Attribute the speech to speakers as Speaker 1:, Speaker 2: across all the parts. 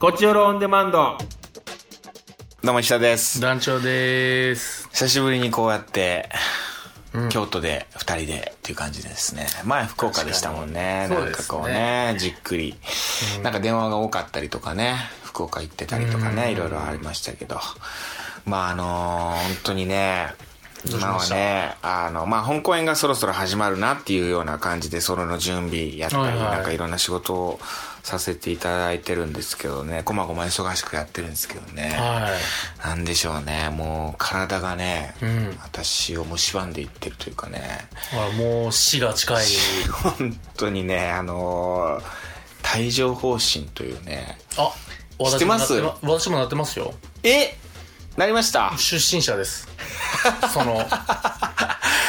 Speaker 1: こちよろオンデマンド。
Speaker 2: どうも石田です
Speaker 3: 団長でーす。
Speaker 2: 久しぶりにこうやって、京都で2人でっていう感じですね前福岡でしたもんね
Speaker 3: 確か
Speaker 2: な
Speaker 3: に
Speaker 2: んかこうねじっくり、なんか電話が多かったりとかね福岡行ってたりとかね、いろいろありましたけどまああのー本当にね今はね、あの、まあ、本公演がそろそろ始まるなっていうような感じで、それの準備やったり、
Speaker 3: はいはい
Speaker 2: なんかいろんな仕事をさせていただいてるんですけどね、こまごま忙しくやってるんですけどね。
Speaker 3: は
Speaker 2: なんでしょうねもう体がね、
Speaker 3: ん
Speaker 2: 私を蝕んでいってるというかね
Speaker 3: い。ほら、もう死が近い。
Speaker 2: 本当にねあのー帯状疱疹というね
Speaker 3: あ、
Speaker 2: 知ってます
Speaker 3: 私もなってま私もなってますよ。
Speaker 2: えなりました
Speaker 3: 出身者です。その、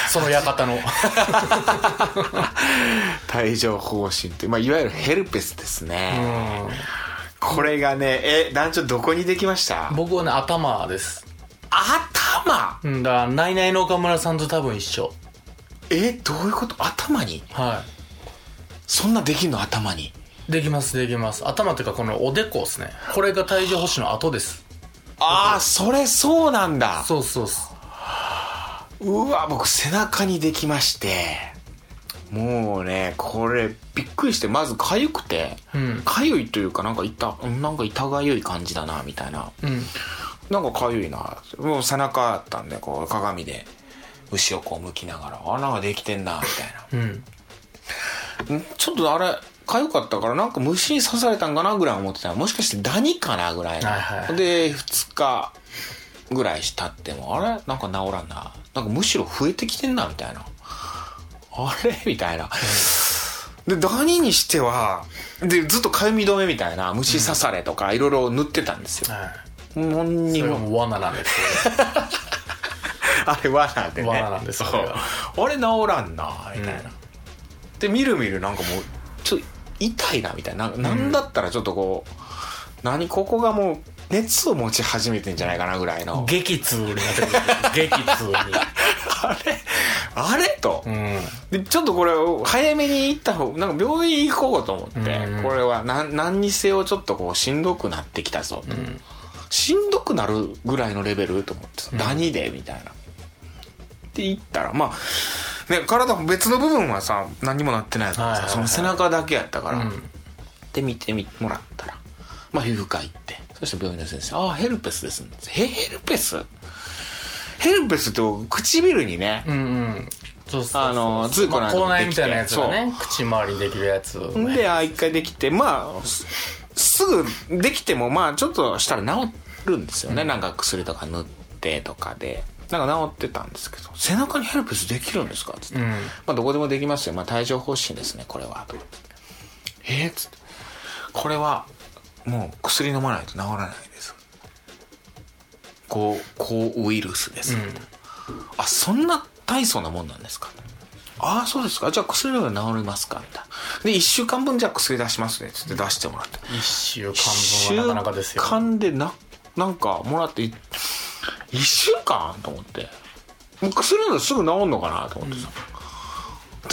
Speaker 3: その館の。
Speaker 2: 帯状疱疹という、まあ、いわゆるヘルペスです
Speaker 3: う
Speaker 2: ね、
Speaker 3: ん。
Speaker 2: これがねえ団長どこにできました
Speaker 3: 僕はね、頭です。
Speaker 2: 頭
Speaker 3: うんだ、ナイナイの岡村さんと多分一緒。
Speaker 2: えどういうこと頭に
Speaker 3: は
Speaker 2: そんなできんの頭に
Speaker 3: い。できます、できます。頭っていうか、このおでこですね。これが体重保守の後です。
Speaker 2: ああそれそうなんだ
Speaker 3: そうそうっす。
Speaker 2: うわ僕背中にできましてもうねこれびっくりしてまず痒くて
Speaker 3: うん。
Speaker 2: 痒いというかなんか痛うんなんか痛痒い感じだなみたいな
Speaker 3: うん。
Speaker 2: なんか痒いなもう背中あったんでこう鏡で牛をこう向きながらあなんかできてんなみたいな
Speaker 3: うん。
Speaker 2: んちょっとあれ痒かったからなんか虫に刺されたんかなぐらい思ってたらもしかしてダニかなぐらいの、
Speaker 3: はいはい
Speaker 2: で2日ぐらい経ってもあれなんか治らんななんかむしろ増えてきてんなみたいなあれみたいな、でダニにしてはでずっとかゆみ止めみたいな虫刺されとかいろいろ塗ってたんですよ、
Speaker 3: は
Speaker 2: 何
Speaker 3: い。
Speaker 2: に
Speaker 3: それは
Speaker 2: も
Speaker 3: もう罠なんです
Speaker 2: あれ罠でね
Speaker 3: 罠なんです
Speaker 2: そう
Speaker 3: よこれは
Speaker 2: あれ治らんなみたいな、
Speaker 3: うん
Speaker 2: でみるみるなんかもうちょっと痛いなみたいなななんだったらちょっとこう、何ここがもう熱を持ち始めてんじゃないかなぐら いの
Speaker 3: 激痛になってくる。激痛に。
Speaker 2: あれあれと、
Speaker 3: うん。
Speaker 2: でちょっとこれを早めに行った方なんか病院行こうと思って、
Speaker 3: うん
Speaker 2: これは何何にせよちょっとこうしんどくなってきたぞ、
Speaker 3: ん
Speaker 2: しんどくなるぐらいのレベルと思って、ダニでみたいなって言ったらまあ、ね、体別の部分はさ何にもなってないからさ、
Speaker 3: はいはいはい
Speaker 2: その背中だけやったから、
Speaker 3: うん
Speaker 2: で見てみもらったらまあ皮膚科行ってそして病院の先生「ああヘルペスです」へヘルペスヘルペスって唇にね、
Speaker 3: うんうん。そうそうそう
Speaker 2: あのズーコ
Speaker 3: ま
Speaker 2: なん
Speaker 3: あ
Speaker 2: かも
Speaker 3: 口内
Speaker 2: で
Speaker 3: み
Speaker 2: きて
Speaker 3: たいなやつがね、口周りにできるやつをね。
Speaker 2: で、あ、一回できて、まあ、すすぐできても、まあ、ちょっとしたら治るんですよね。なんか薬とか塗ってとかで。なんか治ってたんですけど、背中にヘルペスできるんですかつって。
Speaker 3: うん。
Speaker 2: まあ、どこでもできますよ。まあ、帯状疱疹ですね、これは。とえー、つって。これは、もう薬飲まないと治らないです。こう、抗ウイルスです。あ、そんな大層なもんなんですかああ、そうですか。じゃあ薬なら治りますかみたいな。で、1週間分じゃあ薬出しますね。つって出してもらって。
Speaker 3: 一週
Speaker 2: 1
Speaker 3: 間分はなかなかですよ。
Speaker 2: 週間でな、なんかもらって、1週間と思って。もう薬ならすぐ治んのかなと思ってさ。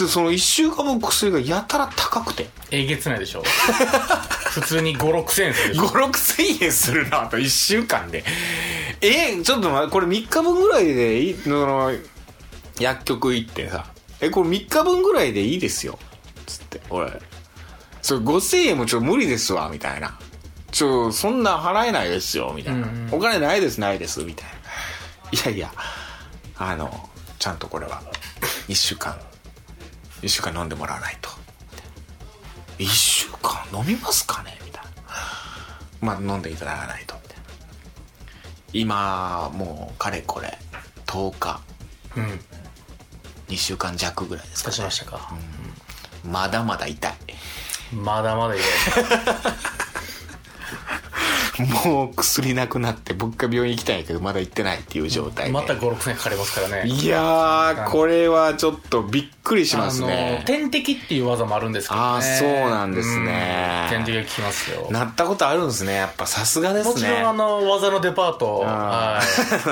Speaker 2: で、その1週間分薬がやたら高くて。
Speaker 3: えげつないでしょ。普通に5、6千円 するでしょ。
Speaker 2: 5、6千円するな、あと1週間で。え、ちょっと待って、これ3日分ぐらいでいい、その、薬局行ってさ、え、これ3日分ぐらいでいいですよ。つって、俺、それ5000円もちょっと無理ですわ、みたいな。ちょ、そんなん払えないですよ、みたいな。
Speaker 3: うんうん
Speaker 2: お金ないです、ないです、みたいな。いやいや、あの、ちゃんとこれは、1週間、1週間飲んでもらわないと。1週間飲みますかねみたいな。まあ、飲んでいただかないと、みたいな。今、もう、かれこれ、10日、
Speaker 3: うん。
Speaker 2: 2週間弱ぐらいですか、
Speaker 3: 出し。
Speaker 2: ね
Speaker 3: ましたか。
Speaker 2: まだまだ痛い。
Speaker 3: まだまだいない。
Speaker 2: もう薬なくなって、僕が病院行きたいんやけど、まだ行ってないっていう状態で。
Speaker 3: また5、6千円かかりますからね。
Speaker 2: いやー、これはちょっとびっくりします
Speaker 3: あの
Speaker 2: ね
Speaker 3: 点滴っていう技もあるんですけど、ね、
Speaker 2: あーそうなんですね
Speaker 3: うん点滴が効きますよ
Speaker 2: なったことあるんですねやっぱさすがですね
Speaker 3: もちろんあの技のデパートは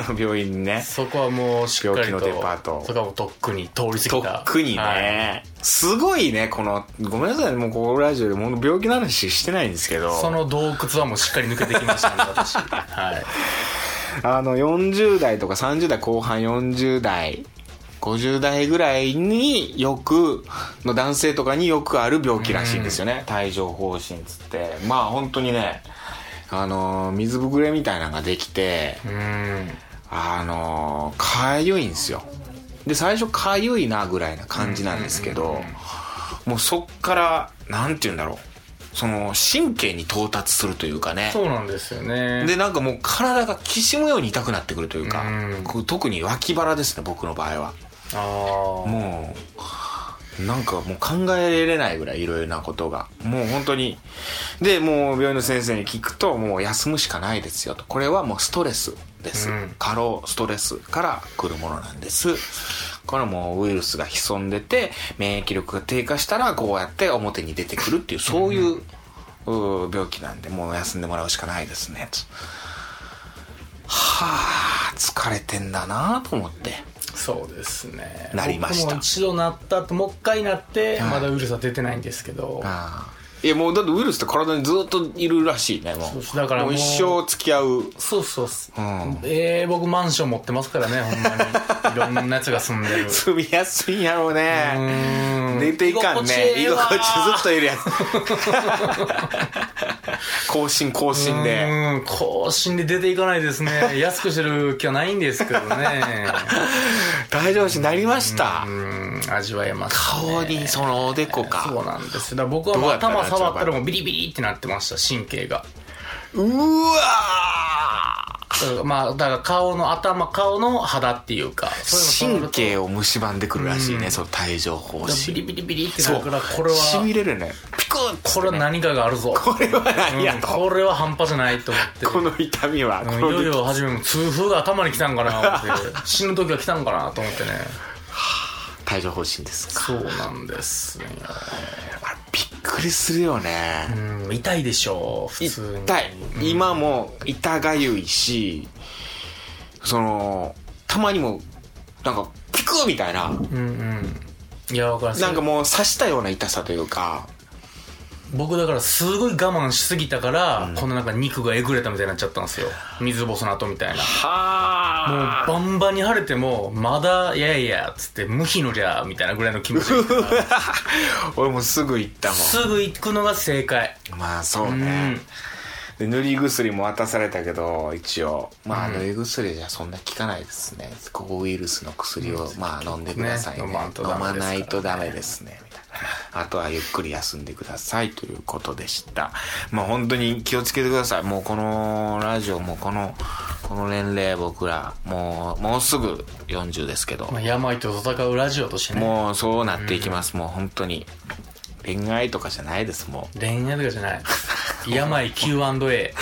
Speaker 2: うん 病院にね
Speaker 3: いそこはもうしっかりと
Speaker 2: 病気のデパート
Speaker 3: そこはもうとっくに通り過ぎた
Speaker 2: とっくにね、
Speaker 3: はい
Speaker 2: すごいねこのごめんなさいねもうここラジオでもう病気の話してないんですけど
Speaker 3: その洞窟はもうしっかり抜けてきま したね私はい
Speaker 2: あの40代とか30代後半40代50代ぐらいによくの男性とかによくある病気らしいんですよね帯状疱疹つってまあ本当にねあの水ぶくれみたいなのができて
Speaker 3: うん
Speaker 2: あのかゆいんですよで最初かゆいなぐらいな感じなんですけどもうそっからなんて言うんだろうその神経に到達するというかね
Speaker 3: そうなんですよね
Speaker 2: でなんかもう体がきしむように痛くなってくるというか
Speaker 3: うん
Speaker 2: こう特に脇腹ですね僕の場合は
Speaker 3: ああ
Speaker 2: もうなんかもう考えれないぐらいいろいろなことがもう本当にでもう病院の先生に聞くともう休むしかないですよとこれはもうストレスです、
Speaker 3: うん
Speaker 2: 過労ストレスから来るものなんですこれはもうウイルスが潜んでて免疫力が低下したらこうやって表に出てくるっていうそういううー病気なんでもう休んでもらうしかないですねとはあ疲れてんだなと思って
Speaker 3: そうですね
Speaker 2: なりました
Speaker 3: 僕も一度なった後もう一回なって
Speaker 2: はい
Speaker 3: まだウイルスは出てないんですけど
Speaker 2: ああいやもうだってウイルスって体にずっといるらしいねもう
Speaker 3: そうですだからもう
Speaker 2: もう一生付き合う
Speaker 3: そうそうそううんえー僕マンション持ってますからねほんまにいろんなやつが住んでる
Speaker 2: 住みやすいんやろう
Speaker 3: う
Speaker 2: ね
Speaker 3: ーん
Speaker 2: 寝ていかんね
Speaker 3: 居
Speaker 2: 居
Speaker 3: 心地ええ
Speaker 2: 心地ず
Speaker 3: わ
Speaker 2: っとい るやつ更新更新で
Speaker 3: うーん更新で出ていかないです ね安くしてる気はないんですけどね
Speaker 2: 大丈夫しになりました
Speaker 3: うーん味わえます
Speaker 2: 顔にそのおでこ
Speaker 3: そう
Speaker 2: か
Speaker 3: なんですだから僕はもう
Speaker 2: どうやったら
Speaker 3: 頭触ったらもうビリビリってなってました神経が
Speaker 2: うわ
Speaker 3: だからまあだから顔の頭顔の肌っていうかそういうの
Speaker 2: 神経を蝕んでくるらしいね、その帯状疱
Speaker 3: だからビリ
Speaker 2: 疹
Speaker 3: ビリビリってな
Speaker 2: そ
Speaker 3: る
Speaker 2: う
Speaker 3: からこれ
Speaker 2: し
Speaker 3: は
Speaker 2: びれるねピクッ
Speaker 3: これは何かがあるぞ
Speaker 2: これは何やと、
Speaker 3: これは半端じゃないと思って
Speaker 2: この痛みは、
Speaker 3: うん
Speaker 2: こ
Speaker 3: い
Speaker 2: の
Speaker 3: よいよ初めも痛風が頭に来たんかな思って死ぬ時が来たんかなと思ってね
Speaker 2: 帯状疱疹ですか
Speaker 3: そうなんですよ、
Speaker 2: あれびっくりするよ
Speaker 3: う
Speaker 2: ね、
Speaker 3: ん、痛いでしょう普通に
Speaker 2: 痛い、今も痛がゆいしそのたまにもなんかピクッみたいな、
Speaker 3: うんうんいやわかる
Speaker 2: なんかもう刺したような痛さというか
Speaker 3: 僕だからすごい我慢しすぎたから、このなんか肉がえぐれたみたいになっちゃったんですよ水ぼその後みたいなもう
Speaker 2: は
Speaker 3: バンバンに腫れてもまだやいやっつって無比のりゃみたいなぐらいの気持ち
Speaker 2: 俺もすぐ行ったも
Speaker 3: すぐ行くのが正解
Speaker 2: んまあそう
Speaker 3: うん、
Speaker 2: ね、で塗り薬も渡されたけど一応まあ塗り薬じゃそんな効かないですねここウイルスの薬をまあ飲んでくださいね
Speaker 3: ね飲まんと
Speaker 2: 飲
Speaker 3: ダメですから
Speaker 2: ま
Speaker 3: ね
Speaker 2: ないとダメですねみたい なあとはゆっくり休んでくださいということでしたまあ本当に気をつけてくださいもうこのラジオもこのこの年齢僕らもうもうすぐ40ですけど
Speaker 3: まあ、病と戦うラジオとしてね
Speaker 2: もうそうなっていきますもう本当に恋愛とかじゃないですもう
Speaker 3: 恋愛とかじゃ ない病 Q&A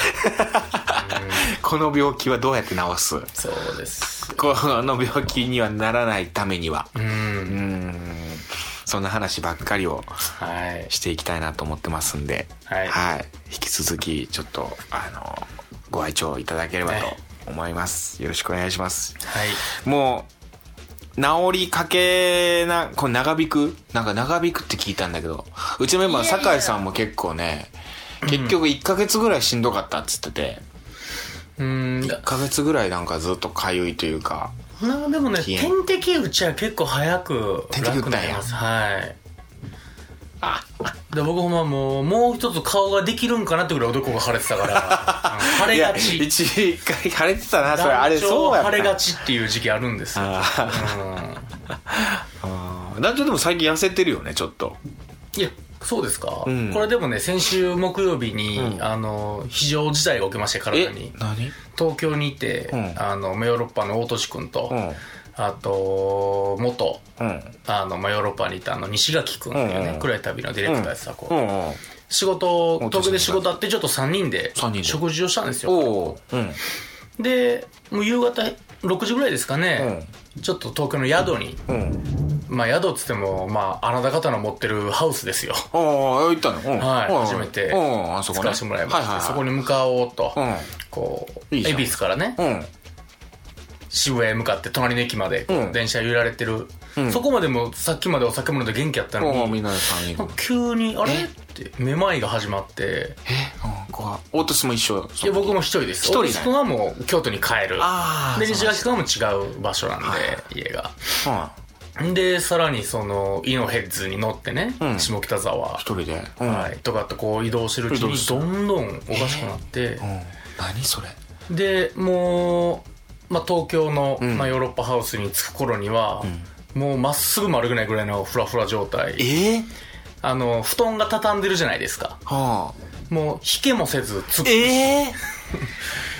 Speaker 2: この病気はどうやって治す
Speaker 3: そうです
Speaker 2: この病気にはならないためには、
Speaker 3: う
Speaker 2: うんん、そんな話ばっかりを
Speaker 3: はい
Speaker 2: していきたいなと思ってますんで、
Speaker 3: はい
Speaker 2: 引き続きちょっとあのご愛聴いただければ
Speaker 3: はい
Speaker 2: と思います。よろしくお願いします。
Speaker 3: はい
Speaker 2: もう治りかけなこれ長引くなんか長引くって聞いたんだけどうちのメンバーの酒井さんも結構ね結局1ヶ月ぐらいしんどかったっつってて、
Speaker 3: うん
Speaker 2: 1ヶ月ぐらいなんかずっとかゆいというか
Speaker 3: なんかでもね
Speaker 2: 消え
Speaker 3: 点滴打ちは結構早く
Speaker 2: 点滴打
Speaker 3: 楽
Speaker 2: ったんや
Speaker 3: になりますはい
Speaker 2: あ
Speaker 3: で僕ほんまもうもう一つ顔ができるんかなってぐらいおでこが腫れてた からうん腫れが
Speaker 2: いや
Speaker 3: ち
Speaker 2: 一一回腫れてたなそれあれ
Speaker 3: 団長
Speaker 2: そうや
Speaker 3: は
Speaker 2: った
Speaker 3: 腫れがちっていう時期あるんですよ
Speaker 2: あ
Speaker 3: うん
Speaker 2: あ団長でも最近痩せてるよねちょっと
Speaker 3: いやそうですか、
Speaker 2: ん
Speaker 3: これでもね先週木曜日に、あの非常事態が起きまして体に
Speaker 2: 何
Speaker 3: 東京にいて、
Speaker 2: うん
Speaker 3: あのまあヨーロッパの大俊君と、
Speaker 2: うん
Speaker 3: あと元
Speaker 2: うん
Speaker 3: あの、まあ、ヨーロッパにいたあの西垣君っていうね、
Speaker 2: うんうん
Speaker 3: 暗い旅のディレクターやってた子、
Speaker 2: うんうん
Speaker 3: 仕事を
Speaker 2: 大俊君
Speaker 3: 東京で仕事あってちょっと3人で
Speaker 2: 三人で
Speaker 3: 食事をしたんですよ
Speaker 2: おううん
Speaker 3: でもう夕方6時ぐらいですかね、ちょっと東京の宿に
Speaker 2: うん
Speaker 3: まあ宿っつっても、まあ、あなた方の持ってるハウスですよ。
Speaker 2: ああ行ったの、うん
Speaker 3: はい
Speaker 2: うん
Speaker 3: 初めて
Speaker 2: うんあそこ
Speaker 3: 使
Speaker 2: ね
Speaker 3: わせてもらいまして、
Speaker 2: はいはいはい、
Speaker 3: そこに向かおうと、
Speaker 2: うん
Speaker 3: こう、
Speaker 2: いいじゃ
Speaker 3: 恵
Speaker 2: ん
Speaker 3: 比寿からね、
Speaker 2: うん
Speaker 3: 渋谷へ向かって隣の駅まで
Speaker 2: うん
Speaker 3: 電車揺られてる、
Speaker 2: ん
Speaker 3: そこまでもさっきまでお酒飲んで元気やったの
Speaker 2: もう
Speaker 3: に、
Speaker 2: みんなで3人
Speaker 3: なんか急に、あれって、めまいが始まって、
Speaker 2: うんこは大年も一緒
Speaker 3: いや、僕も一人です。
Speaker 2: 一人ね
Speaker 3: 大津君はもう京都に帰る。
Speaker 2: ああ
Speaker 3: で、西垣君はもう違う場所なんで、家が。
Speaker 2: うん
Speaker 3: で、さらにその、イノヘッズに乗ってね、
Speaker 2: うん
Speaker 3: 下北沢
Speaker 2: 一、人で、うん
Speaker 3: はい、とかってこう移動してるうち
Speaker 2: 移動
Speaker 3: に
Speaker 2: して
Speaker 3: どんどんおかしくなって
Speaker 2: う、ん、何それ
Speaker 3: で、もう、まあ、東京の、
Speaker 2: ん
Speaker 3: まあ、ヨーロッパハウスに着く頃には、もうまっすぐ丸くないぐらいのフラフラ状態。
Speaker 2: ええ
Speaker 3: あの、布団が畳んでるじゃないですか。
Speaker 2: はあ
Speaker 3: もう、引けもせず、つっ
Speaker 2: え え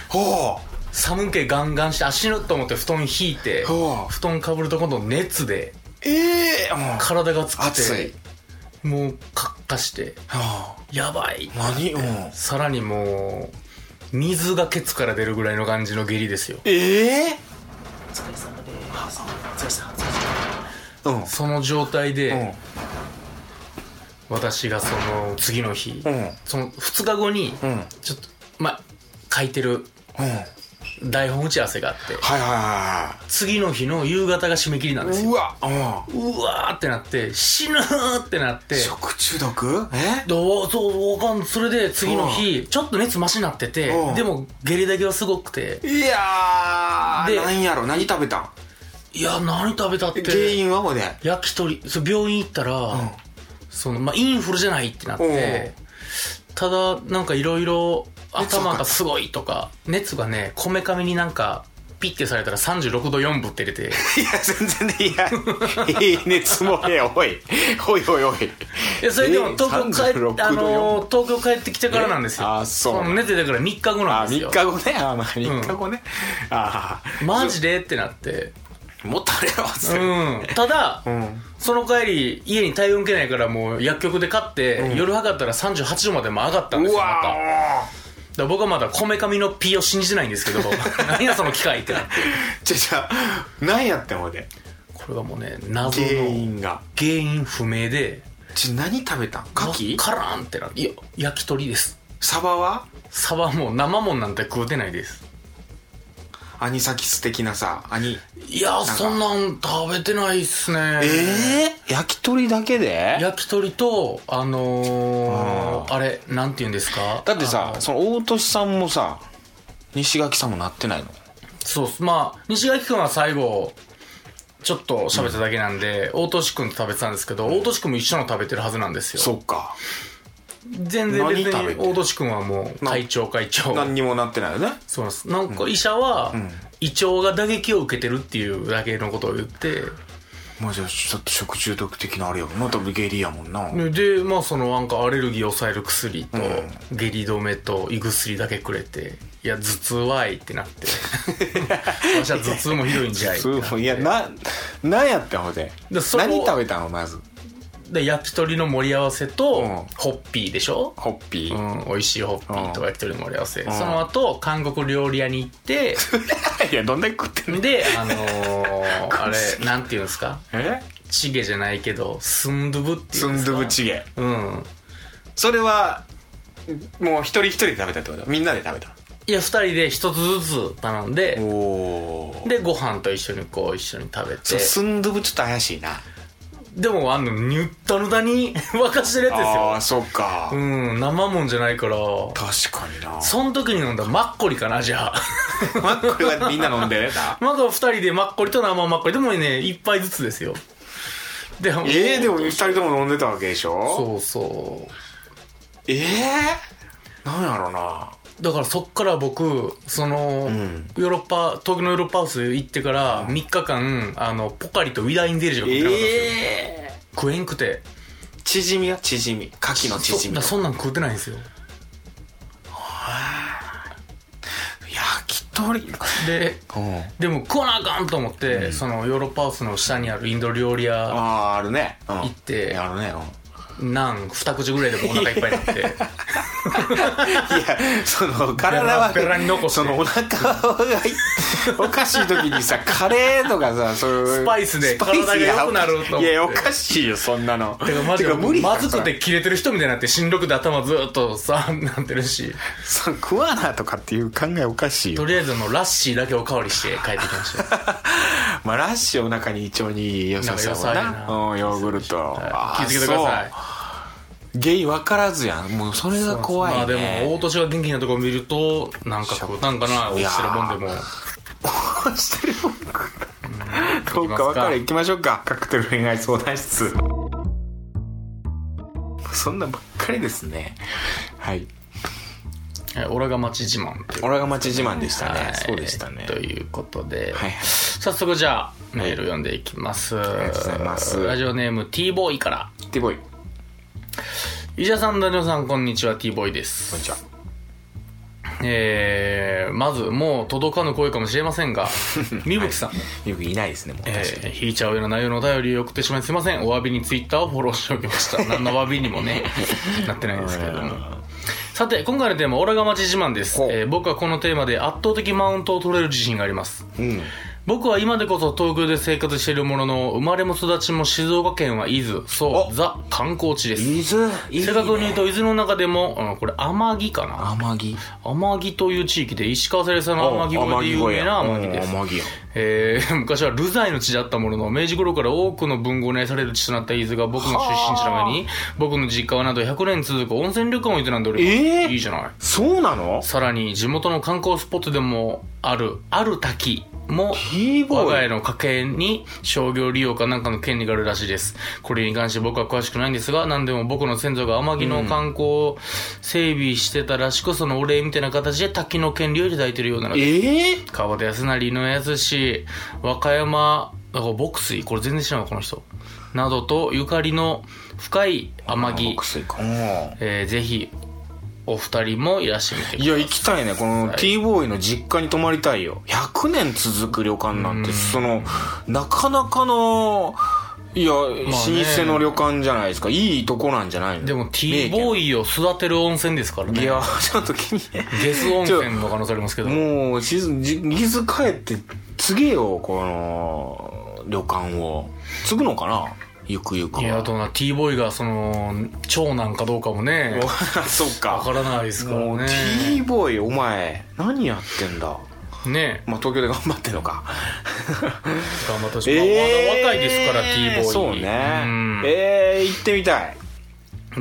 Speaker 2: ほ
Speaker 3: 寒気ガンガンして、足ぬと思って布団引いて、
Speaker 2: ほう
Speaker 3: 布団かぶると今度熱で、
Speaker 2: うええうん
Speaker 3: 体がつく
Speaker 2: 暑い
Speaker 3: て、もう、かっかして、
Speaker 2: は
Speaker 3: やばい
Speaker 2: あ。何うん
Speaker 3: さらにもう、水がケツから出るぐらいの感じの下痢ですよ。
Speaker 2: え
Speaker 1: お疲れ
Speaker 2: え
Speaker 1: 様です。お疲れ様です。
Speaker 2: うん
Speaker 3: その状態で、
Speaker 2: うん
Speaker 3: 私がその次の日、
Speaker 2: うん
Speaker 3: その2日後に、
Speaker 2: うん
Speaker 3: ちょっとまあ書いてる
Speaker 2: うん
Speaker 3: 台本打ち合わせがあって
Speaker 2: はいはいは
Speaker 3: 次の日の夕方が締め切りなんで
Speaker 2: い
Speaker 3: す
Speaker 2: う
Speaker 3: よ
Speaker 2: わうん
Speaker 3: うわーってなって死ぬーってなって
Speaker 2: 食中毒え
Speaker 3: どうそうわかんそれで次の日ちょっと熱マシになってて
Speaker 2: うん
Speaker 3: でも下痢だけはすごくて
Speaker 2: いやー
Speaker 3: で
Speaker 2: 何やろ何食べたん
Speaker 3: いや何食べたって
Speaker 2: 原因はほで
Speaker 3: 焼き鳥そう病院行ったら、そのまあ、インフルじゃないってなってただなんかいろいろ頭がすごいとか熱がねこめかみになんかピッてされたら36度4分って出 て
Speaker 2: いや全然ねいやいい熱もね おいおいおいおい
Speaker 3: いやそれでも
Speaker 2: えー
Speaker 3: 東京帰,、
Speaker 2: 36度
Speaker 3: あのー東京帰ってきてからなんですよ
Speaker 2: えあそう
Speaker 3: の熱出てから3日後な
Speaker 2: あ
Speaker 3: んですよ
Speaker 2: 3日後ねあまあ3日後ね、あ
Speaker 3: マジでってな って
Speaker 2: あもっとあれよ
Speaker 3: う
Speaker 2: うん
Speaker 3: んただ、その帰り家に体温計ないからもう薬局で買って、夜測ったら38度までも上がったんですよまた
Speaker 2: わ
Speaker 3: だから僕はまだこめかみの P を信じてないんですけ ど何やその機械ってなって
Speaker 2: ーじゃじゃ何やってんほいで
Speaker 3: これがもうね謎の
Speaker 2: 原因が
Speaker 3: 原因不明で
Speaker 2: ち何食べたん
Speaker 3: カ
Speaker 2: 牡蠣
Speaker 3: カラーンってなっていや焼き鳥です
Speaker 2: サバは
Speaker 3: サバもう生もんなんて食うてないです
Speaker 2: アニサキス的なさアニ
Speaker 3: いや
Speaker 2: か
Speaker 3: そんなん食べてないっすね
Speaker 2: え焼き鳥だけで
Speaker 3: 焼き鳥とあのー、あれなんて言うんですか
Speaker 2: だって
Speaker 3: あ
Speaker 2: さ
Speaker 3: の
Speaker 2: その大年さんもさ西垣さんもなってないの
Speaker 3: そうっすまあ西垣君は最後ちょっと喋っただけなんで、大俊君と食べてたんですけど、大俊君も一緒の食べてるはずなんですよ。
Speaker 2: そうか
Speaker 3: 全然別
Speaker 2: 何食べ
Speaker 3: に
Speaker 2: て
Speaker 3: 大年君はもう
Speaker 2: な
Speaker 3: 会長会長
Speaker 2: 何にもなってないよね
Speaker 3: そうなんですなんか医者は胃腸が打撃を受けてるっていうだけのことを言って
Speaker 2: まあじゃあちょっと食中毒的なあれやもんな多分下痢やもんな
Speaker 3: でまあそのなんかアレルギーを抑える薬と下痢止めと胃薬だけくれていや頭痛はいってなって 私は頭痛もひどいんじゃいってなって
Speaker 2: いやな何やってんほいで
Speaker 3: でそこ
Speaker 2: 何食べたのまず
Speaker 3: で焼き鳥の盛り合わせ
Speaker 2: うん
Speaker 3: とホッピーでしょ
Speaker 2: ホッピ
Speaker 3: う
Speaker 2: ー
Speaker 3: ん、美味しいホッピーと
Speaker 2: うん
Speaker 3: 焼き鳥の盛り合わせ、
Speaker 2: ん
Speaker 3: その後韓国料理屋に行っ て
Speaker 2: いやどんだけ食ってんの
Speaker 3: であのー、あれなんていうんですか
Speaker 2: え
Speaker 3: チゲじゃないけどスンドゥブってい
Speaker 2: ス
Speaker 3: うんで
Speaker 2: ン
Speaker 3: すか
Speaker 2: ドゥブチゲ
Speaker 3: うん
Speaker 2: それはもう一人一人で食べたってことみんなで食べた
Speaker 3: いや二人で一つずつ頼ん
Speaker 2: お
Speaker 3: で
Speaker 2: お
Speaker 3: でご飯と一緒にこう一緒に食べて
Speaker 2: スンドゥブちょっと怪しいな
Speaker 3: でもあのニュッタヌタに 沸かしてるやつです
Speaker 2: ああ
Speaker 3: よ
Speaker 2: そっか
Speaker 3: うん生もんじゃないから
Speaker 2: 確かにな
Speaker 3: その時に飲んだマッコリかなじゃあ
Speaker 2: マックはみんな飲んでた
Speaker 3: まだ二人でマッコリと生マッコリでもね一杯ずつですよでも
Speaker 2: ええでも二人とも飲んでたわけでしょ
Speaker 3: そうそう
Speaker 2: ええなんやろな
Speaker 3: だからそっから僕その、ヨーロッパ東京のヨーロッパハウス行ってから3日間あのポカリとウィダインデリジェが食ってなかったんですよ、
Speaker 2: ええ
Speaker 3: 食えんくて
Speaker 2: チヂミはチヂミ牡蠣のチ
Speaker 3: そ
Speaker 2: ヂミ
Speaker 3: だそんなん食うてないんですよ
Speaker 2: 焼き鳥う
Speaker 3: で
Speaker 2: ん
Speaker 3: でも食わなあかんと思って、そのヨーロッパハウスの下にあるインド料理
Speaker 2: あ
Speaker 3: 屋
Speaker 2: ああるね行
Speaker 3: 行って
Speaker 2: あるねうん
Speaker 3: ナン二口ぐらいでもうお腹いっぱいになって
Speaker 2: やその体は
Speaker 3: ベラベラに残して
Speaker 2: そのお腹がおかしい時 にさカレーとかさそういう
Speaker 3: スパイスで
Speaker 2: スパイス
Speaker 3: 体が良くなると思って
Speaker 2: いやいやおかしいよそんなの
Speaker 3: てかマジで
Speaker 2: てか無理や
Speaker 3: ま
Speaker 2: ん
Speaker 3: ずくて切れてる人みたいになってしんどくて頭ずっとさ なってるし
Speaker 2: それ食わなとかっていう考えおかしい
Speaker 3: と
Speaker 2: よ
Speaker 3: りあえずもうラッシーだけおかわりして帰ってきましたよ
Speaker 2: まあラッシュお腹に胃腸に良さそうや
Speaker 3: なんか良さ
Speaker 2: な
Speaker 3: そうやな
Speaker 2: うんヨーグルト、
Speaker 3: は い気
Speaker 2: あ
Speaker 3: をつけてください
Speaker 2: そう原因分からずやんもうそれが怖い、ね、
Speaker 3: まあでも大年が元気なとこ見るとなんかこうなんかな落ちてるもんでも
Speaker 2: どうしてるのかどうか分からん行きましょうかカクテル恋愛相談室そんなんばっかりですねはい
Speaker 3: えオラが町自慢という
Speaker 2: 俺が町自慢でしたね、
Speaker 3: はい
Speaker 2: そうでしたね
Speaker 3: ということで、
Speaker 2: はいはい
Speaker 3: 早速じゃあメール読んでいきます、あ
Speaker 2: りがとうございます
Speaker 3: ラジオネーム T ボーイから
Speaker 2: T ボーイこ
Speaker 3: 伊者さんダニオさんこんにちは T ボーイで
Speaker 2: ん
Speaker 3: す
Speaker 2: にちは
Speaker 3: えー、まずもう届かぬ声かもしれません がみぶきさん、
Speaker 2: よくいないですねもう確か
Speaker 3: えー、
Speaker 2: に、
Speaker 3: ひいちゃうような内容のお便りを送ってしまいすいません。お詫びにツイッターをフォローしておきました。何の詫びにも ね、なってないですけれども。さて、今回のテーマ、オラが町自慢です
Speaker 2: ほう、
Speaker 3: えー僕はこのテーマで圧倒的マウントを取れる自信があります。
Speaker 2: うん
Speaker 3: 僕は今でこそ東京で生活しているものの、生まれも育ちも静岡県は伊豆、そ
Speaker 2: お
Speaker 3: う、ザ観光地です。
Speaker 2: 伊豆いいね
Speaker 3: 正確に言うと、伊豆の中でも、あのこれ、天城かな
Speaker 2: 天城
Speaker 3: 天城という地域で、石川さゆりさんの天城越えで有名な天城です。
Speaker 2: 天城や
Speaker 3: えー 昔は流罪の地だったものの、明治頃から多くの文豪に愛される地となった伊豆が僕の出身地の上に、僕の実家はなど100年続く温泉旅館を営んでおります。
Speaker 2: えー
Speaker 3: いいじゃない。
Speaker 2: そうなの
Speaker 3: さらに、地元の観光スポットでもある、ある滝も、
Speaker 2: T ボーイ
Speaker 3: 我が家の家計に商業利用かなんかの権利があるらしいです。これに関して僕は詳しくないんですが、何でも僕の先祖が天城の観光を整備してたらしく、そのお礼みたいな形で滝の権利をいただいているようなので
Speaker 2: ええ
Speaker 3: 川端康成、井上康氏、和歌山、だから牧水、これ全然知らないわこの人。などと、ゆかりの深い天城、
Speaker 2: 水かうん
Speaker 3: えーぜひ、お二人もいらしてみてくだ
Speaker 2: い
Speaker 3: さ
Speaker 2: や
Speaker 3: い。
Speaker 2: 行きたいねこの t ボーイの実家に泊まりたいよ100年続く旅館なんてそのなかなかのいや、老舗の旅館じゃないですかいいとこなんじゃないの
Speaker 3: でも T ボ
Speaker 2: イ
Speaker 3: ーイを育てる温泉ですからね。
Speaker 2: いやちょっと気に
Speaker 3: ゲス温泉の可能性ありますけど。
Speaker 2: もうしずじ伊豆帰って継げよこの旅館を継ぐのかなゆくゆくはい
Speaker 3: や、あとな、T ボーイが、その、長男かどうかもね、
Speaker 2: そっ
Speaker 3: わか
Speaker 2: から
Speaker 3: ないですから
Speaker 2: もう
Speaker 3: ね
Speaker 2: t。ボーイお前何やってんだ
Speaker 3: ね
Speaker 2: まあ東京で頑張ってんのか
Speaker 3: 頑張ってほしい。まあ
Speaker 2: えー
Speaker 3: まだ若いですから、T ボーイ。
Speaker 2: そうね、
Speaker 3: うん
Speaker 2: えー、行ってみたい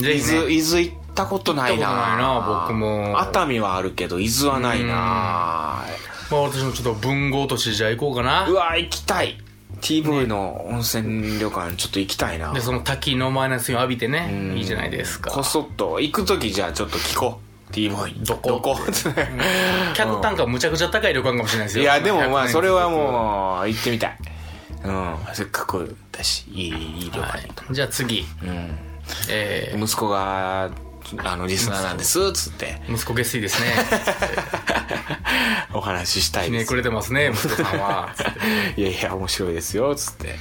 Speaker 3: ぜ
Speaker 2: 伊
Speaker 3: ひね
Speaker 2: 豆伊豆行ったことないな
Speaker 3: 行ったことないな僕も
Speaker 2: 熱海はあるけど伊豆はないな
Speaker 3: まあ私もちょっと文豪としてじゃあ行こうかな
Speaker 2: う。わ行きたい TV の温泉旅館ちょっと行きたいな、
Speaker 3: で、その滝のマイナスを浴びてね
Speaker 2: う、ん
Speaker 3: いいじゃないですか。
Speaker 2: こそっと行く時じゃあちょっと聞こう T ボーイ
Speaker 3: どこ
Speaker 2: どこ
Speaker 3: 客単価むちゃくちゃ高い旅館かもしれないです
Speaker 2: い
Speaker 3: よ。
Speaker 2: やでもま
Speaker 3: 100
Speaker 2: あ
Speaker 3: 年
Speaker 2: それはもう行ってみたいうんせっかくだしいいいい旅
Speaker 3: は
Speaker 2: 館に、
Speaker 3: い。じゃあ次、え
Speaker 2: うん、息子があのリスナーなんですつって
Speaker 3: ー息子下水ですね。
Speaker 2: お話ししたい
Speaker 3: ひ
Speaker 2: で
Speaker 3: ね
Speaker 2: す
Speaker 3: く。れてますね、息子さんは。つって
Speaker 2: いやいや、面白いですよ、つって。
Speaker 3: はい。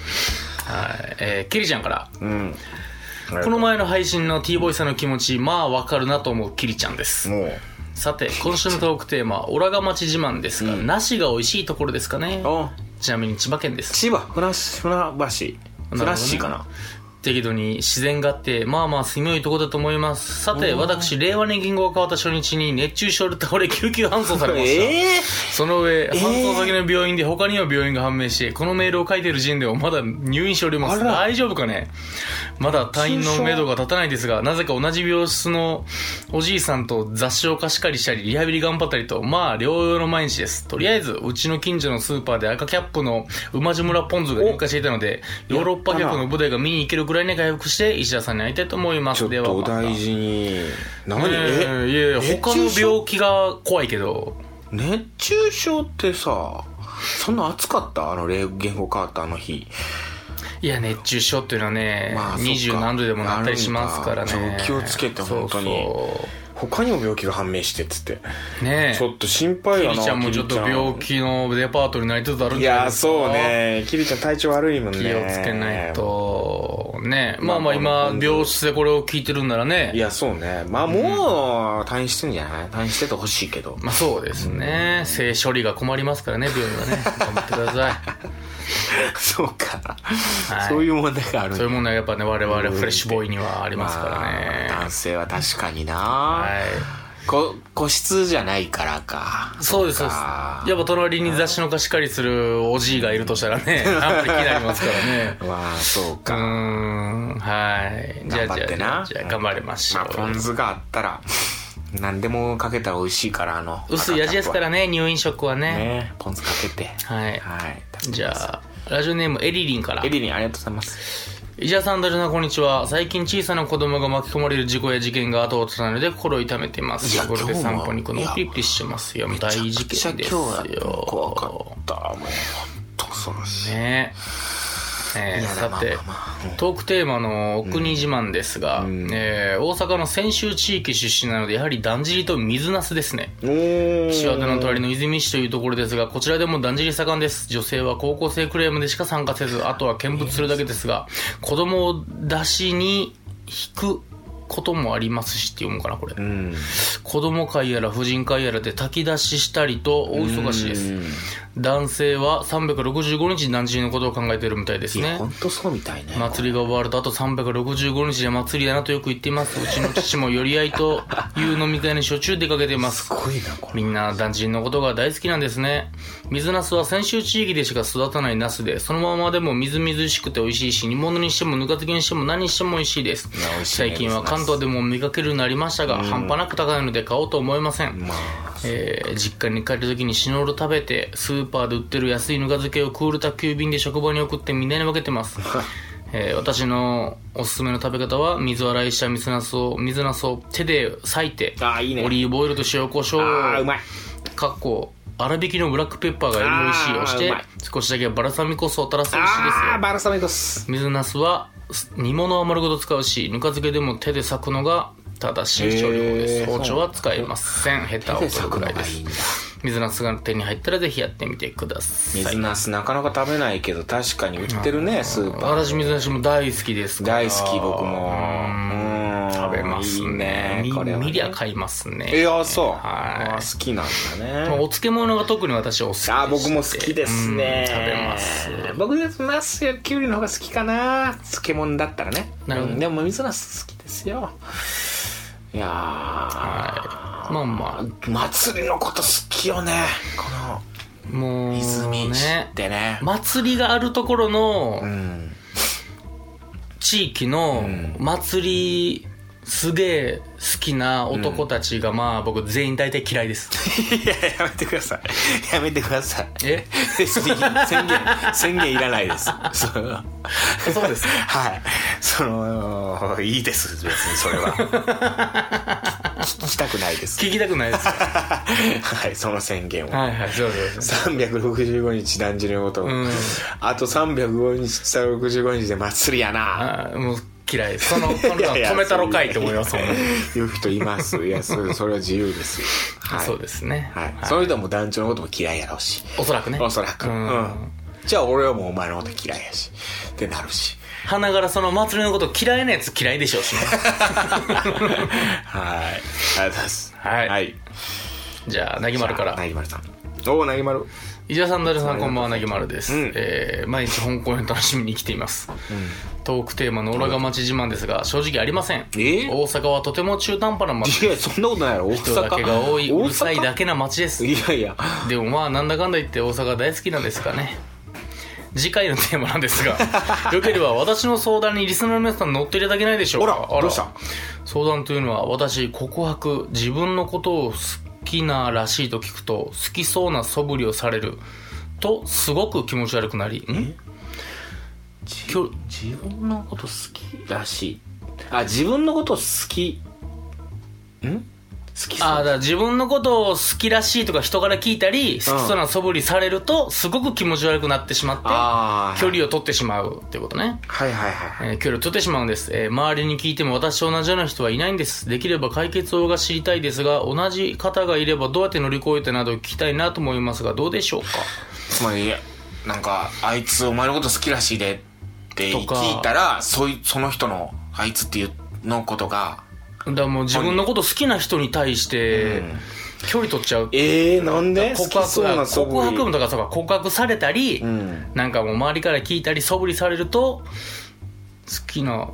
Speaker 3: えー、キリちゃんから。
Speaker 2: うん。
Speaker 3: この前の配信の T ボーイさんの気持ち、まあわかるなと思うキリちゃんです。
Speaker 2: もう。
Speaker 3: さて、今週のトークテーマ、オラが町自慢ですが、梨が美味しいところですかね。
Speaker 2: あ、
Speaker 3: ちなみに千葉県です。
Speaker 2: 千葉、船橋、船橋。船橋かな。
Speaker 3: 適度に自然があって、まあまあ住みよいとこだと思います。さて、私、令和に銀行が変わった初日に熱中症で倒れ救急搬送されま した。
Speaker 2: ええ
Speaker 3: その上、搬送先の病院で他にも病院が判明して、このメールを書いている時点ではまだ入院しておりま
Speaker 2: あ
Speaker 3: す。
Speaker 2: ら
Speaker 3: 大丈夫かねまだ退院の目処が立たないですが、なぜか同じ病室のおじいさんと雑誌を貸し借りしたり、リハビリ頑張ったりと、まあ、療養の毎日です。とりあえず、うちの近所のスーパーで赤キャップの馬路村ポン酢が入荷していたので、ヨーロッパ客の舞台が見に行けるぐらいに回復して、石田さんに会いたいと思いま
Speaker 2: ちょ
Speaker 3: す。
Speaker 2: っ
Speaker 3: では
Speaker 2: とお
Speaker 3: また。
Speaker 2: 大事に。何
Speaker 3: ねえいやいや、他の病気が怖いけど、
Speaker 2: 熱中症ってさ、そんな暑かったあの、霊言語変わったあの日。
Speaker 3: いや、熱中症っていうのはね、
Speaker 2: まあ
Speaker 3: 二十
Speaker 2: そっか
Speaker 3: 何度でもなったりしますから
Speaker 2: なるん
Speaker 3: ね
Speaker 2: だ。ちょっと気をつけて本当に
Speaker 3: そうそ
Speaker 2: 他にも病気が判明して、つって。
Speaker 3: うねえ。
Speaker 2: ちょっと心配
Speaker 3: キ
Speaker 2: やな。
Speaker 3: リちゃんもちょっと病気のデパートになりつつあるん
Speaker 2: い
Speaker 3: じゃない
Speaker 2: や、
Speaker 3: ですか。
Speaker 2: そう。ね。キリちゃん体調悪いもんね。
Speaker 3: 気をつけない。と、ね。まあまあ今、病室でこれを聞いてるんなら
Speaker 2: い
Speaker 3: ね。
Speaker 2: や、そうね。まあ、もう、退院してんじゃない退院しててほしいけ ど。
Speaker 3: まあそうですね。性処理が困りますからね、病院はね。頑張ってくだ さい。
Speaker 2: そうか、
Speaker 3: はい
Speaker 2: そういう問題があるん
Speaker 3: そうい
Speaker 2: だ
Speaker 3: うものはやっぱね、我々フレッシュボーイにはありますからね。
Speaker 2: まあ男性は確かにな、
Speaker 3: はい。
Speaker 2: こ個室じゃないからか
Speaker 3: そうです、そうです。
Speaker 2: か
Speaker 3: やっぱ隣に雑誌の貸し借りするおじいがいるとしたら ね、あんまり気になりますからね。
Speaker 2: まあそう
Speaker 3: うー
Speaker 2: か、
Speaker 3: ん、はい。じゃあ、
Speaker 2: 頑張
Speaker 3: じゃ
Speaker 2: って
Speaker 3: あ、
Speaker 2: な
Speaker 3: じゃあ、頑張りましょ
Speaker 2: ま
Speaker 3: う
Speaker 2: あ。ポン酢があったら何でもかけたら美味しいからあの
Speaker 3: 薄い味ですからね、入院食はね。
Speaker 2: ねポン酢かけて
Speaker 3: はい。
Speaker 2: はい
Speaker 3: じゃあ、ラジオネームエリリンから
Speaker 2: エ。リリンありがとうございます
Speaker 3: 石田さん、ダルナ、こんにちは。最近小さな子供が巻き込まれる事故や事件が後を絶たないので心を痛めています。
Speaker 2: いや
Speaker 3: ゴルフで
Speaker 2: 今日も
Speaker 3: 散歩に行くのをピリピリしてますよ。大事件です
Speaker 2: めちゃくちゃ今日は怖か
Speaker 3: よ。
Speaker 2: ったもう本当恐ろしい、
Speaker 3: ねええー
Speaker 2: やだ
Speaker 3: さて、
Speaker 2: まあま
Speaker 3: トークテーマの「お国自慢」ですが、えー大阪の泉州地域出身なのでやはりだんじりと水なすですね
Speaker 2: おー
Speaker 3: 岸和田の隣の泉市というところですがこちらでもだんじり盛んです女性は高校生クレームでしか参加せずあとは見物するだけですが子供を出しに引くこともありますしって読むかなこれ、
Speaker 2: うん
Speaker 3: 子供会やら婦人会やらで炊き出ししたりと大忙しです男性は365日断じりのことを考えてるみたいです
Speaker 2: いや
Speaker 3: ね
Speaker 2: 本当そうみたいね
Speaker 3: 祭りが終わるとあと365日で祭りだなとよく言っていますうちの父も寄り合いという飲み会にしょっちゅう出かけています
Speaker 2: すごいなこれ
Speaker 3: みんな団地のことが大好きなんですね。水ナスは泉州地域でしか育たないナスで、そのままでもみずみずしくて美味しいし、煮物にしてもぬか漬けにしても何にしても美味しいです。
Speaker 2: や美味しいね
Speaker 3: 最近は関東でも見かけるようになりましたが、半端なく高いので買おうと思いません。
Speaker 2: ま
Speaker 3: えー実家に帰る時にシノール食べて、スーパーで売ってる安いぬか漬けをクール宅急便で職場に送ってみんなに分けて ます。えー私のおすすめの食べ方は水洗いした水ナスを水ナスを手で裂いて
Speaker 2: あーいいね
Speaker 3: オリーブオイルと塩コショウ
Speaker 2: あ
Speaker 3: を
Speaker 2: あーうまい
Speaker 3: かっこ粗挽きのブラックペッパーがより美味しい
Speaker 2: あー
Speaker 3: をし
Speaker 2: う
Speaker 3: て
Speaker 2: まい
Speaker 3: 少しだけバルサミコ酢を垂らすと美味しいです
Speaker 2: ああ
Speaker 3: よ
Speaker 2: バルサミコ酢
Speaker 3: 水なすは煮物は丸ごと使うしぬか漬けでも手で裂くのが正しい調理法です、
Speaker 2: へー
Speaker 3: 包丁は使いません下手を
Speaker 2: 手
Speaker 3: 取
Speaker 2: で咲
Speaker 3: る
Speaker 2: く
Speaker 3: くらい
Speaker 2: の
Speaker 3: で
Speaker 2: が
Speaker 3: す
Speaker 2: いいんだ
Speaker 3: 水なすが手に入ったらぜひやってみてください
Speaker 2: 水なすなかなか食べないけど確かに売ってるねスーパー
Speaker 3: 私水なしも大好きですから
Speaker 2: 大好き僕もうん
Speaker 3: 食べますね
Speaker 2: いいねこれはね
Speaker 3: 見りゃ買いますね
Speaker 2: いやそう
Speaker 3: はい
Speaker 2: あー好きなんだ
Speaker 3: まあ
Speaker 2: ね
Speaker 3: お漬物が特に私はお好きでして
Speaker 2: あー僕も好きですね
Speaker 3: うん食べます
Speaker 2: 僕ですナスやキュウリの方が好きかな漬物だったらね
Speaker 3: なるほど
Speaker 2: うんでも水なす好きですよいやー
Speaker 3: まあま
Speaker 2: 祭りのこと好きよねこの
Speaker 3: あもう
Speaker 2: 泉市
Speaker 3: ね
Speaker 2: ってね
Speaker 3: 祭りがあるところの
Speaker 2: うん
Speaker 3: 地域の祭りすげえ好きな男たちがまあ僕全員大体嫌いです。
Speaker 2: いややめてください やめてください
Speaker 3: え
Speaker 2: 宣言宣言いらないですその
Speaker 3: そうです
Speaker 2: はいそのいいです別にそれは 聞聞きたくないです
Speaker 3: 聞きたくないです。は
Speaker 2: はいその宣言はい
Speaker 3: はい、そうです。
Speaker 2: 365日だんじりのこと、
Speaker 3: ん
Speaker 2: あと365日365日で祭りやな
Speaker 3: あーもう嫌いです。その、その
Speaker 2: いやいや
Speaker 3: 止めたろかいと思います
Speaker 2: そ
Speaker 3: も
Speaker 2: うんう
Speaker 3: ね。
Speaker 2: いう人いますいやそれそれは自由ですよはい
Speaker 3: そうですね。
Speaker 2: はい、その人も団長のことも嫌いやろうし
Speaker 3: おそらくね。
Speaker 2: おそらく、
Speaker 3: う
Speaker 2: うん
Speaker 3: ん。
Speaker 2: じゃあ俺はもうお前のこと嫌いやしってなる し
Speaker 3: 花柄その祭りのこと嫌いなやつ嫌いでしょうしね。
Speaker 2: はいありがとうございます
Speaker 3: はい
Speaker 2: はい
Speaker 3: じゃあ、なぎまるから
Speaker 2: な。ぎまるさんおおなぎまる
Speaker 3: 伊沢さん、ダルさん、こんばんは、なぎまるです。
Speaker 2: うん
Speaker 3: えー毎日本公演楽しみに来ています。トークテーマのオラが町自慢ですが、正直ありません。
Speaker 2: え
Speaker 3: 大阪はとても中途半端な町
Speaker 2: いやそんなことないやろ大阪
Speaker 3: 人だけが多い、
Speaker 2: 大阪
Speaker 3: うるさいだけな町です。
Speaker 2: いやいや
Speaker 3: でもまあ、なんだかんだ言って大阪大好きなんですかね。次回のテーマなんですが、 よければ私の相談にリスナーの皆さん乗っていただけないでしょうか。
Speaker 2: あらどうした
Speaker 3: 相談というのは私、告白、自分のことを好きならしいと聞くと、好きそうな素振りをされる。と、すごく気持ち悪くなり、んきょ
Speaker 2: 自分のこと好きらしいあ自分のこと好きん好き
Speaker 3: ああ、だ
Speaker 2: そう
Speaker 3: から自分のことを好きらしいとか人から聞いたり、好きそうな素振りされると、すごく気持ち悪くなってしまっ
Speaker 2: あー
Speaker 3: て、距離を取ってしまうっていうことね。
Speaker 2: はいはいはい
Speaker 3: えー距離を取ってしまうんです、えー周りに聞いても私と同じような人はいないんですできれば解決法が知りたいですが同じ方がいればどうやって乗り越えてなど聞きたいなと思いますがどうでしょうか
Speaker 2: つまりなんかあいつお前のこと好きらしいでって聞いたら、そいその人の、あいつっていうのことが、
Speaker 3: だからもう自分のこと好きな人に対して
Speaker 2: うん
Speaker 3: 距離取っちゃう。
Speaker 2: えー、なんで
Speaker 3: 告白だ告白文
Speaker 2: と
Speaker 3: とかそうか告白されたり、
Speaker 2: うん。
Speaker 3: なんかもう周りから聞いたり素振りされると好きな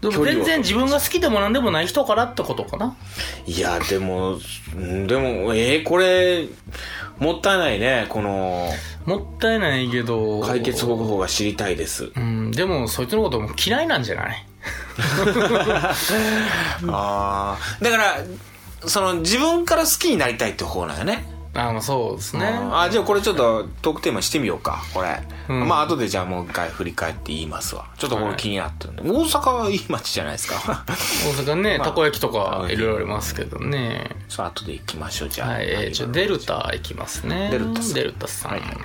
Speaker 3: でも
Speaker 2: 距離を
Speaker 3: 全然自分が好きでも何でもない人からってことかない
Speaker 2: や、でも、うんでも、えー、これ、もったいないね、この、
Speaker 3: もったいないけど
Speaker 2: 解決方法が知りたいです。
Speaker 3: うんでもそいつのことも嫌いなんじゃない
Speaker 2: ああ。だから、その、自分から好きになりたいって方なんよね。
Speaker 3: あまあそうですね
Speaker 2: あーじゃあこれちょっとトークテーマしてみようかこれ、
Speaker 3: うん
Speaker 2: まあ後でじゃあもう一回振り返って言いますわちょっとこれ気になってるんで、大阪はいい街じゃないですか
Speaker 3: 大阪ね
Speaker 2: まあ
Speaker 3: たこ焼きと
Speaker 2: たこ
Speaker 3: か
Speaker 2: 焼
Speaker 3: い
Speaker 2: き
Speaker 3: ろいろありますけどね
Speaker 2: そう後で行きましょうじゃあ、
Speaker 3: はいえー、じゃあデルタいきますね
Speaker 2: デルタさん
Speaker 3: デルタさん、
Speaker 2: はいはい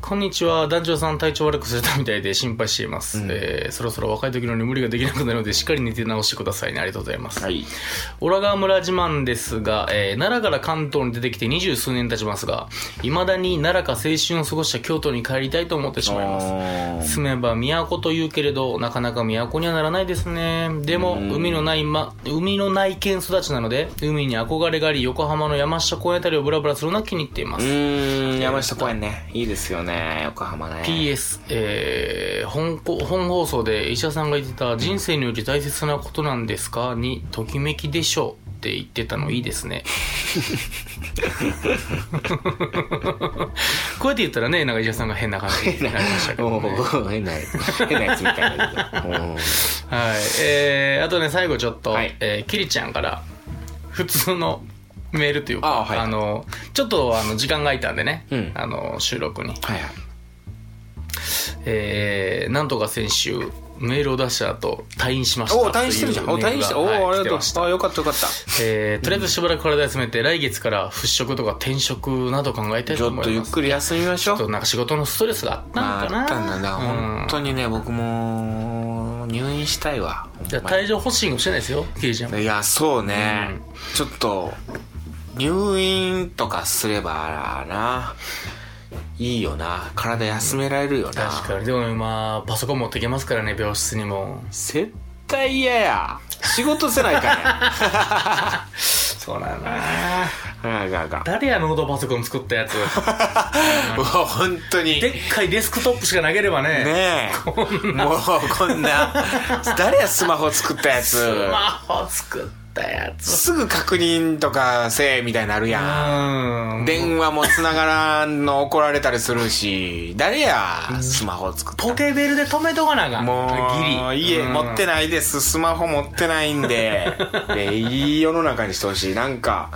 Speaker 3: こんにちは団長さん体調悪くされたみたいで心配しています、
Speaker 2: うん
Speaker 3: えーそろそろ若い時のように無理ができなくなるのでしっかり寝て直してくださいねありがとうございます、
Speaker 2: はい
Speaker 3: オラ川村自慢ですが、えー奈良から関東に出てきて二十数年経ちますが、未だに奈良か青春を過ごした京都に帰りたいと思ってしまいます。
Speaker 2: す
Speaker 3: 住めば都というけれど、なかなか都にはならないですね。でも、
Speaker 2: うん
Speaker 3: 海のない、ま、海のない県育ちなので、海に憧れがあり、横浜の山下公園あたりをブラブラするのは気に入っていま
Speaker 2: う
Speaker 3: す。
Speaker 2: ーん山下公園ねいいですよね横浜ね
Speaker 3: PS、えー本こ本放送で医者さんが言ってた「人生により大切なことなんですか?」に「ときめきでしょう」って言ってたのいいです ねこうやって言ったらねなんか医者さんが変な感じになりましたけど、
Speaker 2: お
Speaker 3: ね、
Speaker 2: ー変な変なやつみたいだけどおー
Speaker 3: はいえーあとね最後ちょっと、
Speaker 2: はい
Speaker 3: えーキリちゃんから普通のメールというか
Speaker 2: あはい
Speaker 3: のちょっとあの時間が空いたんでね、
Speaker 2: うん
Speaker 3: あの収録に
Speaker 2: はいはい
Speaker 3: えーなんとか先週メールを出した後退院しました
Speaker 2: おー退院してるじゃんおー
Speaker 3: という
Speaker 2: 退
Speaker 3: メールが
Speaker 2: 院しておーあり
Speaker 3: は
Speaker 2: が
Speaker 3: い来
Speaker 2: とう
Speaker 3: てました
Speaker 2: あーよかったよかった
Speaker 3: えーとりあえずしばらく体休めて来月から払拭とか転職など考えたい
Speaker 2: ち
Speaker 3: と
Speaker 2: ょ
Speaker 3: 思
Speaker 2: っと
Speaker 3: い
Speaker 2: ゆっ
Speaker 3: ます
Speaker 2: くり休みましょう
Speaker 3: ちょっとなんか仕事のストレスがあった
Speaker 2: まあ
Speaker 3: のかな、
Speaker 2: あったんだな、本当
Speaker 3: に
Speaker 2: にね僕も入院したいわほんまに
Speaker 3: じゃあ退場欲しいかもしれないですよキリちゃん
Speaker 2: いやそうね、ちょっと入院とかすればないいよな体休められるよな
Speaker 3: 確かにでも今パソコン持ってきますからね病室にも
Speaker 2: 絶対嫌や仕事せない か
Speaker 3: そうなんだ
Speaker 2: ねあがあが
Speaker 3: 誰やノートパソコン作った やつ
Speaker 2: うわ本当に
Speaker 3: で
Speaker 2: ね
Speaker 3: っかいデスクトップしかなければね
Speaker 2: えもうこんな誰やスマホ作ったやつ
Speaker 3: スマホ作ったやつ
Speaker 2: すぐ確認とかせえみたいになるやん
Speaker 3: うん
Speaker 2: 電話も繋がらんの怒られたりするし、誰や、スマホ作った
Speaker 3: ポケベルで止めとかなあかん
Speaker 2: もう、
Speaker 3: ギリ
Speaker 2: 家持って
Speaker 3: ない
Speaker 2: ないです、スマホ持ってないんで、 で、いい世の中にしてほしい。なんか、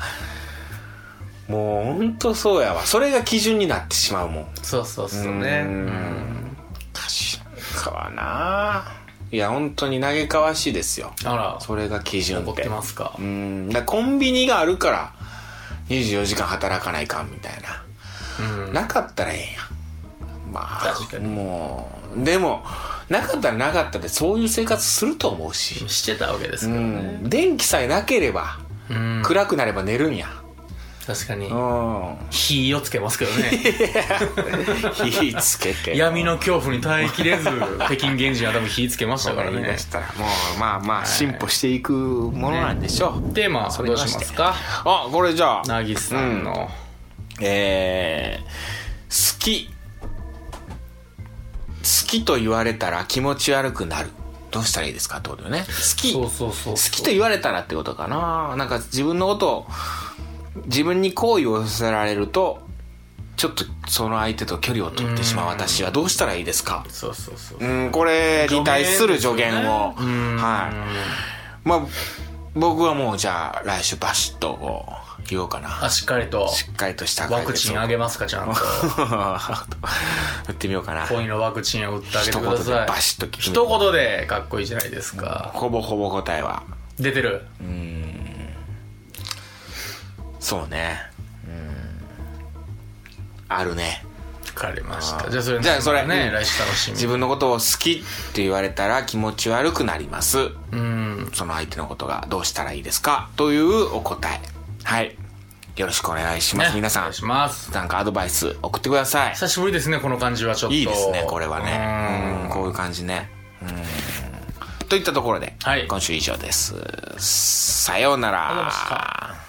Speaker 2: もうほんとそうやわ。それが基準になってしまうもん。
Speaker 3: そうそうそう
Speaker 2: う
Speaker 3: ね
Speaker 2: ん
Speaker 3: うん
Speaker 2: 確かはないや、本当に嘆かわしいですよ。
Speaker 3: あら
Speaker 2: それが基準
Speaker 3: 怒
Speaker 2: っ。
Speaker 3: っててますか
Speaker 2: うん。だからコンビニがあるから、24時間働かないかんみたいな。
Speaker 3: うん
Speaker 2: なかったらええやんまあ
Speaker 3: 確かに
Speaker 2: もうでもなかったらなかったでそういう生活すると思うし、
Speaker 3: してたわけです
Speaker 2: う
Speaker 3: からね
Speaker 2: ん、電気さえなければ、
Speaker 3: うん
Speaker 2: 暗くなれば寝るんや
Speaker 3: 確かに
Speaker 2: うん
Speaker 3: 火をつけますけどね
Speaker 2: 火つけて
Speaker 3: 闇の恐怖に耐えきれず北京原人は多分火つけました
Speaker 2: だ
Speaker 3: か
Speaker 2: からら言い
Speaker 3: ね
Speaker 2: 出したらもうまあまあ進歩していくものなんでしょう、
Speaker 3: テーマ
Speaker 2: そ
Speaker 3: ど
Speaker 2: れに
Speaker 3: う
Speaker 2: 関
Speaker 3: し
Speaker 2: して
Speaker 3: ますか
Speaker 2: あこれじゃあ
Speaker 3: なぎさんの
Speaker 2: えー好き好きと言われたら気持ち悪くなるどうしたらいいですかってことよね好き
Speaker 3: そうそうそう
Speaker 2: 好きと言われたらってことかななんか自分のことを自分に好意を寄せられるとちょっとその相手と距離を取ってしまう私はどうしたらいいですか
Speaker 3: そうそうそう
Speaker 2: うんこれに対する助言を
Speaker 3: うん
Speaker 2: はいまあ僕はもうじゃあ来週バシッとこう言おうか
Speaker 3: あ
Speaker 2: な
Speaker 3: しっかりと
Speaker 2: しっかりとした
Speaker 3: ワクチンあ
Speaker 2: げ
Speaker 3: げますかちゃんと
Speaker 2: 打ってみようかな
Speaker 3: 恋のワクチンを打ってあげ
Speaker 2: 一
Speaker 3: てく
Speaker 2: 言
Speaker 3: だ
Speaker 2: で
Speaker 3: さい
Speaker 2: バシッと決める
Speaker 3: 一言でかっこいいじゃないですか
Speaker 2: ほぼほぼ答えは
Speaker 3: 出てる
Speaker 2: そうねうんあるね
Speaker 3: わかりましたじゃあそれ
Speaker 2: じゃあそれ
Speaker 3: ね
Speaker 2: うん
Speaker 3: 来週楽しみ
Speaker 2: 自分のことを好きって言われたら気持ち悪くなります
Speaker 3: うん
Speaker 2: その相手のことがどうしたらいいですかというお答えはいよろしくお願いします、
Speaker 3: ね
Speaker 2: 皆
Speaker 3: お
Speaker 2: さ
Speaker 3: 願いし
Speaker 2: ん
Speaker 3: ます
Speaker 2: なんかアドバイス送ってください
Speaker 3: 久しぶりですねこの感じはちょっと
Speaker 2: いいですねこれはねうんこういう感じねうんといったところで、
Speaker 3: はい
Speaker 2: 今週以上ですさような
Speaker 3: ありがとうございま
Speaker 2: ら
Speaker 3: した